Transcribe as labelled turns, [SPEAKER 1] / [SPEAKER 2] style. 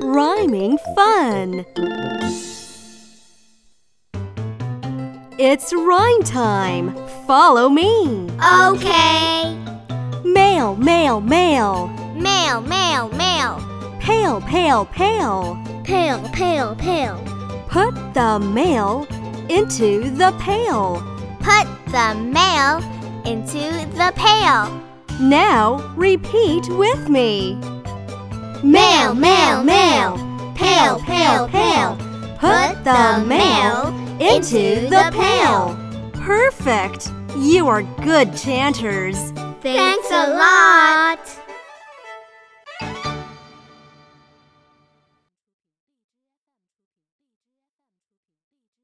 [SPEAKER 1] Rhyming fun! It's rhyme time! Follow me!
[SPEAKER 2] Okay.
[SPEAKER 1] Mail, mail, mail!
[SPEAKER 2] Mail, mail, mail.
[SPEAKER 1] Pail, pail, pail!
[SPEAKER 2] Pail, pail, pail.
[SPEAKER 1] Put the mail into the pail!
[SPEAKER 2] Put the mail into the pail.
[SPEAKER 1] Now repeat with me!
[SPEAKER 2] Mail, mail, mail. Pail, pail, pail.
[SPEAKER 1] Put the mail into the pail! Perfect! You are good chanters!
[SPEAKER 2] Thanks a lot.